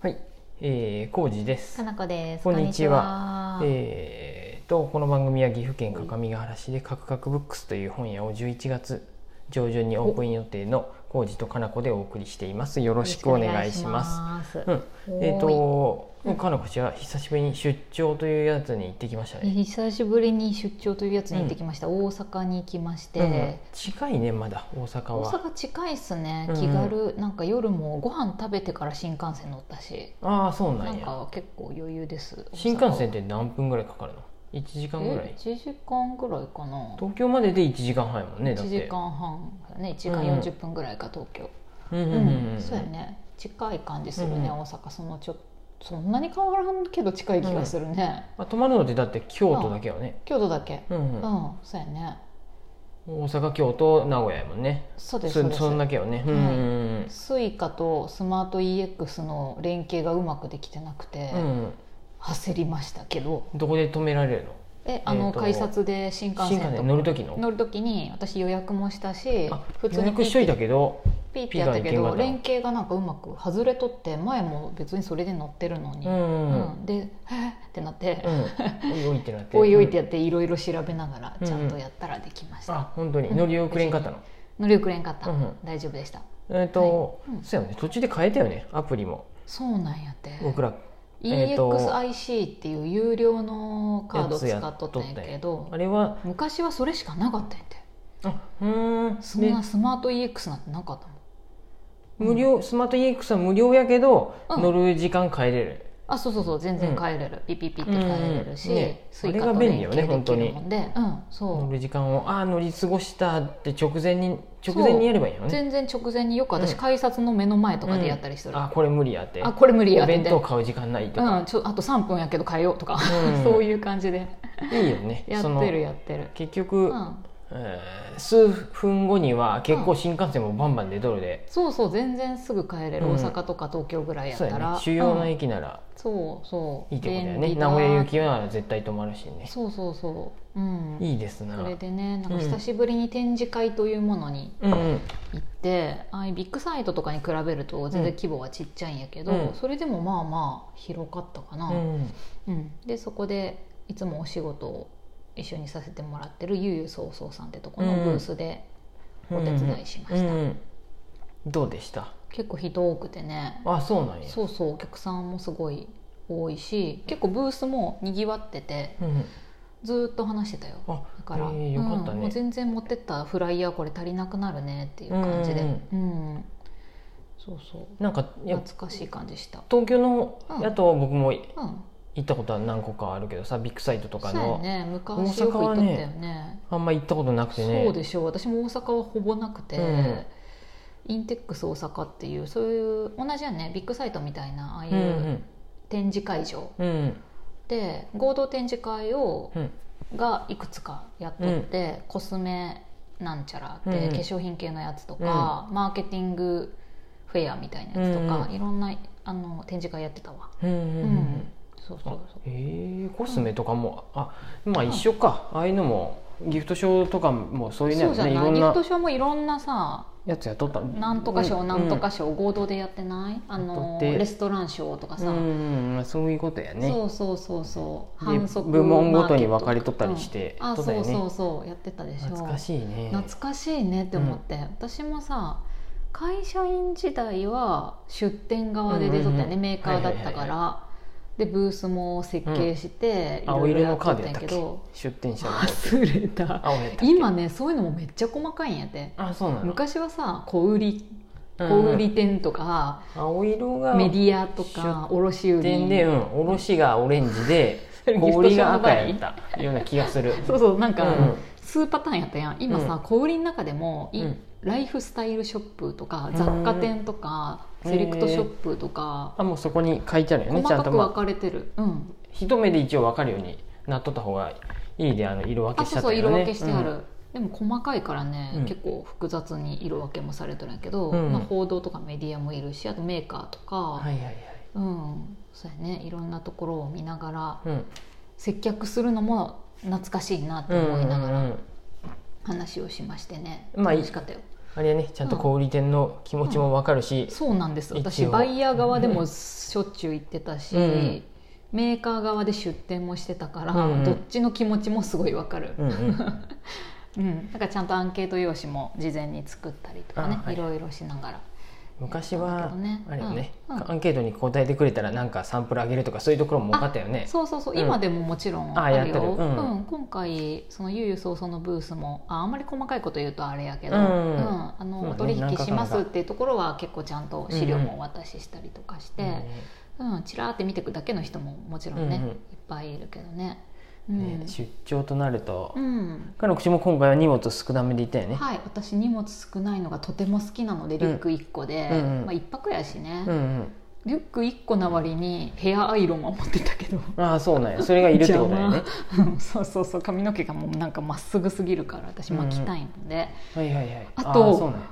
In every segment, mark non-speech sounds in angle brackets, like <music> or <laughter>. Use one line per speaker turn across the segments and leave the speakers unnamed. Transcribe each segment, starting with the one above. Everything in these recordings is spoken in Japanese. はい、えー、康二です
か。なこです。
こんにち
は
えー、とこの番組は岐阜県各務原市でカクカクブックスという本屋を11月上旬にオープン予定の康二とかなこでお送りしています。よろしくお願いします。
す
うん、えっ、
お
と、
うん
かなこちは久しぶりに出張というやつに行ってきました
ーい
ね。
久しぶりに出張というやつに行ってきました。大阪に行きまし
うん
て。
近いねまだ大阪
大
は。
阪近いっすね
うん
気軽、なんか夜もご飯食べてから新幹線乗ったし
ああそうな
なんん
や。
か結構余裕です
新幹線って何分ぐらいかかるの？1時
大
間
阪
ぐらい
え。1時間ぐらいかな
東京までで1時間半やもんねだっ
1
て。
時間半だね1時間
うんうん
40分ぐらいか東京
うんうんうん
うん
うん。
そうやね近い感じするね、
うんうん
大阪そのちょそんなに変わらんけど近い気がするね、
まあ、泊まるのってだって京都だけよね、
京都だけ
うんう
うんん、そうやね
大阪京都名古屋やもんね
そうですそう
そ
です
そんだけよね、うんうん
スイカとスマート EX の連携がうまくできてなくて、
うんうん
焦りましたけど
どこで止められるの
えあの、
えーと
改札で新幹
新
線
幹
と
線乗る時の
乗る時に私予約もしたし
あ
普通
予
に
約
ピー
しとい
ピー
たけど
ピーってやったけ
ピーがいけんかった
ど連携がなんかうまく外れとって前も別にそれで乗ってるのに、
うんうん
うんで「えっ!」ってなって、
うん、おいおいってなって
おいおいって
や
やっていろいろ調べながら
うん
ちゃんとやったらできました、
あ本当に乗り遅れんかったの、
乗り遅れんかった、
うんうん
大丈夫でした
えっ、と、
はいうん
そうやね途中で変えたよねアプリも
そうなんやって
僕ら
EXIC っていう有料のカード使っとったんやけど
あれは
昔はそれしかなかったんやって
あうーん
そんなスマート EX なんてなかったも
で
ん
無料スマート EX は無料やけど、
うん
乗る時間変えれる
あそうそうそう全然変えれる、ピピピって変えれるし、
うんうんね
スイカと
あれ
連携
が便利よね
で
本
き
当に
るもんで、うん、
乗
そ
る時間をああ乗り過ごしたって直前に直前にやればいいよ
う
ね
全然直前によく私
うん
改札の目の前とかでやったりする、
あこれ無理やって
あこれ無理や
お
って
弁当買う時間ないと
う
か
ん、、ちょあと3分やけど変えようとか、
うん
<laughs> そういう感じで
いいよね
や
そ
っ
の
てるやってる、
結局、
うん、
えー数分後には結構新幹線もバンバン出とるで、
そうそう全然すぐ帰れる、
うん
大阪とか東京ぐらいやっ
そうや
た
ね
ら、
主要な
うん
駅なら
そうそう
いいってことだよ
便
ね、
利
名古屋行きなら絶対止まるしね
そうそうそううん
いいですな
それ
う
でねなんか久しぶりに展示会というものに
んうん
行って、ああいうビッグサイトとかに比べると全然規模はちっちゃいんやけど、
うん
それでもまあまあ広かったかな、
う
うん
ん
でそこでいつもお仕事を一緒にさせてもらってるゆうゆうそうそうさんってとこのブースでお手伝いしました、
うんうんどうでした
結構人多くてね
あそうなんや
そうそうお客さんもすごい多いし結構ブースもにぎわってて
うんうん
ずーっと話してたよ
あ
だから、
えーよかった
うん
ね、
もう全然持ってったフライヤーこれ足りなくなるねっていう感じで、
うん
うんそうそう
なんかやっぱ
懐かしい感じした
東京の
うん
やと僕も行
うん
ったことは何個かあるけどさビッグサイトとか
そうや
の、
ね昔よく行っとったよね
あんま行ったことなくてね
そうでしょう私も大阪はほぼなくて、
うん
インテックス大阪っていうそういう同じやねビッグサイトみたいなああい
うん
う展示会場
うんうん
で合同展示会を
うん
がいくつかやっとって、コスメなんちゃらって、
うん
化粧品系のやつとか、マーケティングフェアみたいなやつとか、
うん
いろんなあの展示会やってたわ、
うんうんう
う
んんうん
そうそう
あ
そう
えーコスメとかも、あまあ一緒か、ああいうのもギフトショーとかもそういうの
そうじ
や
ゃ
ねい
な
ろ
い
ん
ギフ
な
トショーもいろんなさ
やつやっとった
なんとか賞、
う
なんとか賞合同でやってないあの
やっとって
レストラン賞とか
うん
さ、
うんうんそういうことやね
そうそうそうそう
で
反則
部門ごとに
マー
分
ケット
かれとったりして
うんあ
とった
そ
よ
う
ね
そうそうやってたでしょ
懐かしいね
懐かしいねって思って、私もさ会社員時代は出店側で出とった
うん
よね、
うんうん
メーカーだった
は
から、
いはい
でブースも設計して、い
青
ろい
色
ろや
の
っと
カー
っ
ド
たん
やった
や
っ
け
け
ど
出店者の方
忘れた
青やったっけ
今ねそういうのもめっちゃ細かいんやって
あそうなの
昔はさ小売り
うん
小売店とか、
青色が
メディアとか卸売
点で、うん、おろしがオレンジで
<laughs>
氷が赤やったような気がする
そうそうなんか、
うんうん
数パターンやったやん今さ、
うん
小売りの中でも、い
うん
ライフスタイルショップとか
うん
雑貨店とか、
へー
セレクトショップとか、
あもうそこに書いてあるよねち
細
ゃん
か
と、
く
ま
分
あ、
かれてる、うん
一目で一応分かるようになっとった方がいいであの色分
あ
けしち
そ
ゃ
う
った
そう
よ
色
ね
分けしてある、でも細かいからね、
うん
結構複雑に色分けもされてるんやけど、
うん
まあ、報道とかメディアもいるしあとメーカーとか、
うんはいはいはい、
うんそうやねいろんなところを見ながら
うん、
接客するのも懐かしいなって
うん
思いなが
う
ら
ん
話をしましてね、
まあい
楽しかったよ
あれはねちゃんと小売店の気持ちもわかるし、
そうなんです私
一応
バイヤー側でもしょっちゅう行ってたし、
うん
メーカー側で出店もしてたから、
うん
どっちの気持ちもすごいわかる、
うんうん
うん、だからちゃんとアンケート用紙も事前に作ったりとかね、
あはい
い、ろいろしながら
昔
だ
は
けどね
あれよね、
うんうん
アンケートに答えてくれたらなんかサンプルあげるとかそういうところも多かったよね
そうそうそう、
うん
今でももちろん
あ
ある
やってる
よ
うん
うん今回そのゆうゆうそうそうのブースもああんまり細かいこと言うとあれやけど、
うん
あの
そうね
お取
なん
引
か
しますっていうところは結構ちゃんと資料もお渡ししたりとかして、
うん
うん、ちらーって見てくだけの人ももちろんね、
うんうん
いっぱいいるけどね。う
うん
ん
ね出張となると、
うん
彼の口も今回は荷物少なめでいたよね、
はい、私荷物少ないのがとても好きなのでリュック1個で、
うんうん
まあ、1泊やしね、
うん
リュック1個な割にヘアアイロンは持ってたけど
うん、ああそうなんやそれがいるってことだよね
<laughs> 邪魔そうそうそう髪の毛がもうなんかまっすぐすぎるから私巻きたいので、
はいはいはい
あと
ーそうなんや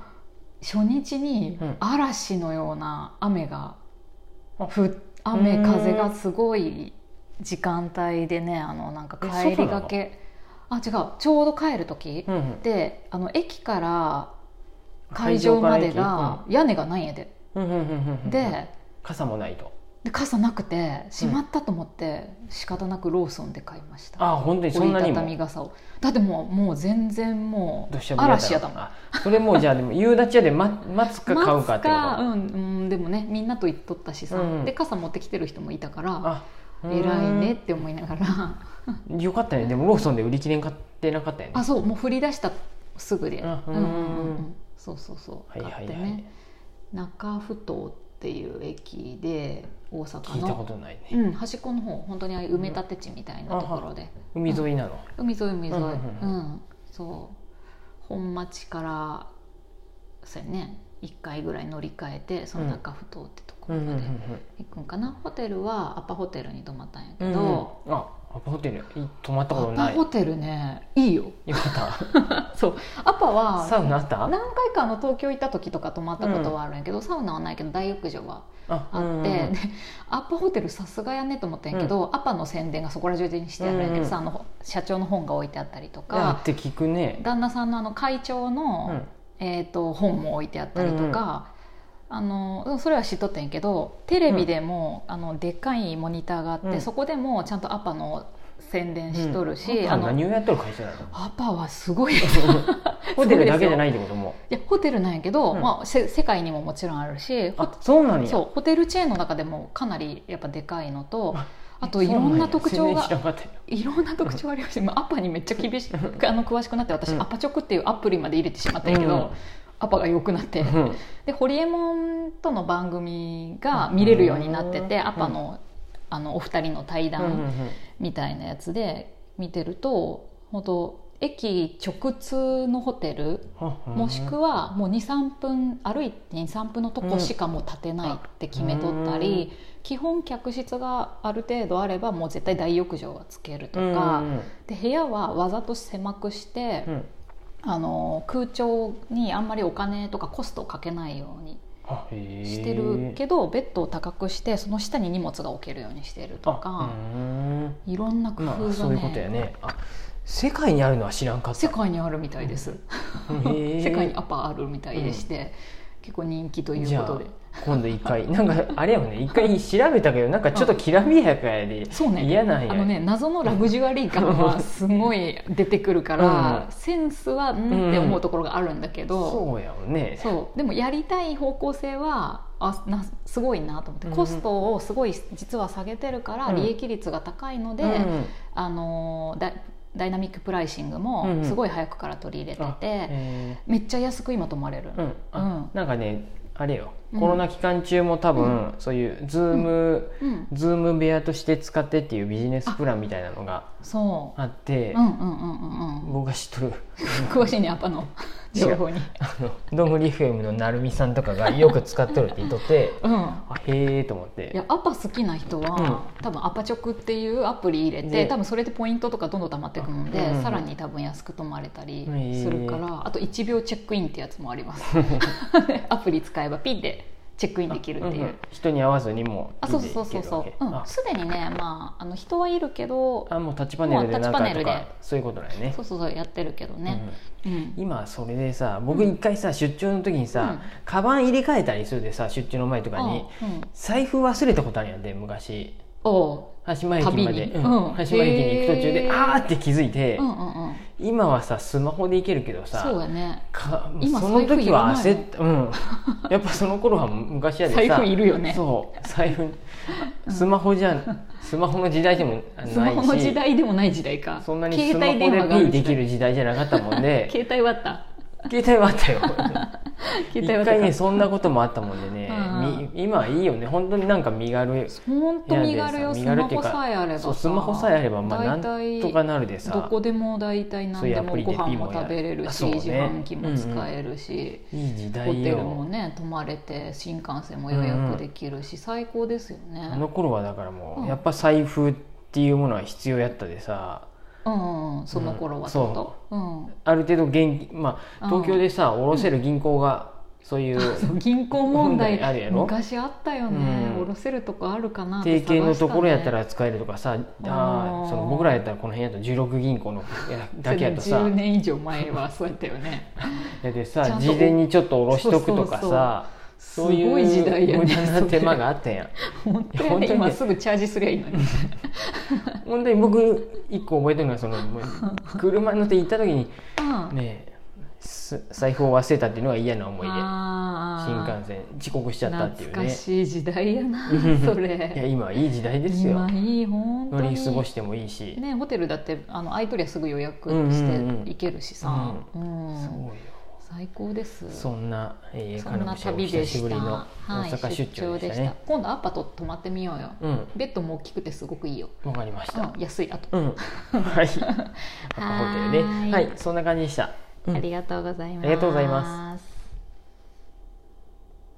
初日に
うん
嵐のような雨が
あ
ふ雨
うん
風がすごい時間帯でねあのなんか
え
帰
外
り
なの
がけあ違うちょうど帰る時、
うんうん
であの駅から会
会場
場
から
ま
駅
でが屋根がないんやで、
うんうんうんうんうん
で
傘もないと
で傘なくてしまったと思って仕方なくローソンで買いました、
ああ本当にそ
折
ん
り
なに
た
も
たみ傘をだってもうもう全然もう
どうしても
嵐やったもん
あそれもうじゃあ
<laughs>
でも夕立屋でま待つか買うかってこ
マスか
と
うん、うん、でもねみんなと行っとったしさ、
うん
で傘持ってきてる人もいたから
あ
偉いねって思いながら
うんよかったねでもローソンで売り切れん買ってなかったよね
あそうもう振り出したすぐで、
あ
う
うんん
うんうん、そうそうそう
はい
買
はいは
っ
い
てね、中ふ頭っていう駅で大阪
聞いたこ
の、
とないね
うん、端っこの方本当にああいう埋め立て地みたいなところで、
海沿いなの
海沿い海沿
う
い、う
んんうんう
そう本町からそうやね1回ぐらい乗り換えてその中ふ頭ってと
う
こ
ん
ろ
うんう
ま
ん
で行くんかなホテルはアパホテルに泊まったんや
うん
けど、
うんあアパホテルい泊まったこと
ア
な
パ
い
ホテルねいいよ
よかっ
そうアパ
た
は
サウナあった
何回かあの東京行った時とか泊まったことはあるんやけど、サウナはないけど大浴場は
あ
あって、
うんうん
でアパホテルさすがやねと思ったんやけど、アパの宣伝がそこら中にしてあるんやけどさ、あの社長の本が置いてあったりと
いやっ
か、
て聞くね
旦那さんのあの会長
う
の
ん、
えー、と本も置いてあったりとか、あのそれは知っとったんやけどテレビでも、あのでっかいモニターがあって、
うん
そこでもちゃんとアパの宣伝しとるし、
うん
あ
あ
の
何をやっとる会社なの
アパはすごい
<laughs>
い
ホテルだけじゃないってことも
やホテルなんやけど、
うん
まあ、せ世界にももちろんあるしホ
あそうなんや
そうホテルチェーンの中でもかなりやっぱでかいのと
あ
あといろんな特
そう
徴
んや全然知ら
が
んかったよ
<laughs> いろんな特徴がありましてまあアパにめっちゃ厳しくあの詳しくなって私、
うん
アパチョクっていうアプリまで入れてしまったんやけど、
うん
アパが良くなって、
うん
でホリエモンとの番組が見れるようになってて、
うん
アパのあのお二人の対
うんうん
談
うん
みたいなやつで見てると本当駅直通のホテルもしくはもう23分歩いて23分のとこしかもう建てないって決めとったり、
うん
基本客室がある程度あればもう絶対大浴場はつけると
うん
か、
うん
で部屋はわざと狭くして
う、ん
あの空調にあんまりお金とかコストをかけないように
あへえ
してるけど、ベッドを高くしてその下に荷物が置けるようにしてると
あ
か、
うん
いろんな工夫が
まあ
ね,、
そういうことやねあ世界にあるのは知らんかった
世界にあるみたいです、
へえ
<laughs> 世界にアパあるみたいでして、結構人気ということで
じ。今度一回なんかあれやもんね一回調べたけどなんかちょっときらびやかやで
そうね
嫌なんや
あのね謎のラグジュアリー感はすごい出てくるから、
<laughs> うん
センスはうんって思うところがあるんだけど、
そうやもんね
そうでもやりたい方向性はあなすごいなと思って、
うん
コストをすごい実は下げてるから
うん
利益率が高いので、
うん
あのダイダイナミックプライシング
う
も
ん
すごい早くから取り入れて
あ
て、
へ
めっちゃ安く今泊まれる、
えうんあなんかねあれよ
うん
コロナ期間中も多分そういうズーム
うん
ズーム部屋として使ってっていうビジネスプランみたいなのが
そう、
あって
うんうんうんうんうん
僕が知っとる
詳しいねアパの情報に。
あのドングリフ m の成美さんとかがよく使っとるって言っとって
うん
あへえと思っ
い
て
やアパ好きな人は、多分アパチョクっていうアプリ入れて
で
多分それでポイントとかどんどん溜まっていくもんで、
うんうんうん
さらに多分安く泊まれたりするから、あと1秒チェックインってやつもありますアプリ使えばピッてチェックインできるっていう。
んん人に会わずにも
あそうそうそうそう
見ていけ
う
る
ん
わけ
すでにねまああの人はいるけど
ああもうタッチパネルでなん
もう
か
タッチパネ
と
ルで
かそういうことだよね
そうそうそうやってるけどね、うん
うん今それでさ僕一回さ出張の時に
うん
さカバン入れ替えたりするでさ出張の前とかに
あうん
財布忘れたことあるんやんで昔
おう
橋前駅まで
旅に
うん
うん
橋前駅に行く途中
へ
で
ー
あーって気づいて
うんうんうん
今はさスマホで行けるけど
そう
さ
やね
か
今
その
財布
時
いら
は
ない
焦ったうんやっぱその頃は昔やでさ
財布いるよね
そう財布スマホじゃスマホの時代でもないし
スマホの時代でもない時代か
そんなにス
携
マホ
帯電話があ
で
る
ピーで
時
き
代
る時代じゃなかったもん
<laughs>
で
携帯はあった
携帯はあったよ
<laughs>
一
携帯はあった
回ねそんなこともあったもんでね
うん
み今はいいよね本当になんか身軽
本当身軽よ
い
ス
やでさ身軽
マ
っていう
ホ
か
さえあれば
そう
さ
スマホさえあればまあなんとかなるでさ
どこでも大体
そう
何でも
いうアプリ
ご
で
飯も
P もや
食べれるし、
そうね
自販機も使えるし、
いい時
ホ
代
テルも
よ
ね泊まれて新幹線も予約できるし、最高ですよね
あの頃はだからも
うん
うやっぱ財布っていうものは必要やったでさ
うんうんその頃はちょっと、うん
ある程度現金ま
う
あ
ん
東京でさ下ろせる銀行がそういう
そう銀行問題
問題あるやろ
昔あったよね、
うん
下ろせるとこあるかなって
提
探した
携の
ね
ところやったら使えるとかさ、
うん
あーその僕らやったらこの辺やと16銀行のやだけやとさ
10年以上前はそうやったよね
やで
ちゃ
さ
んと
事前にちょっと下ろしとくとかさそうい
すごい時代
う
や
無
ね
駄な手間があったやん
<laughs> 本当や
本当
ね
にね
今すぐチャージすりゃいいのに
本当に僕一個覚えてるのは
<laughs>
そのもう車乗って行った時に
うん
ねえす財布を忘れたっていうのが嫌な思い出
あ
新
ー
幹線遅刻しちゃったっていう
懐
ね
かしい時代やなそ <laughs>
いや
れ
今いい時代ですよ
今いい本当
乗り
に
過ごしてもいいし、
ね、ホテルだってあの空いとりゃすぐ予約
うん
し
うんうん
て行けるしさ、うん
そうよ
最高です
そんな、えー、
そ
か
ん
な
な
こちゃんお
旅で
久し
し
ぶり
た
の大
はい
阪出張でしたね、
今度アパト泊まってみようよ、
うん
ベッドも大きくてすごくいいよ、
わかりました
うん、安いあと、
うん、は
<laughs>
いアパホテルね
はーい
はいそんな感じでした、うん
ありがとうございます
ありがとうございます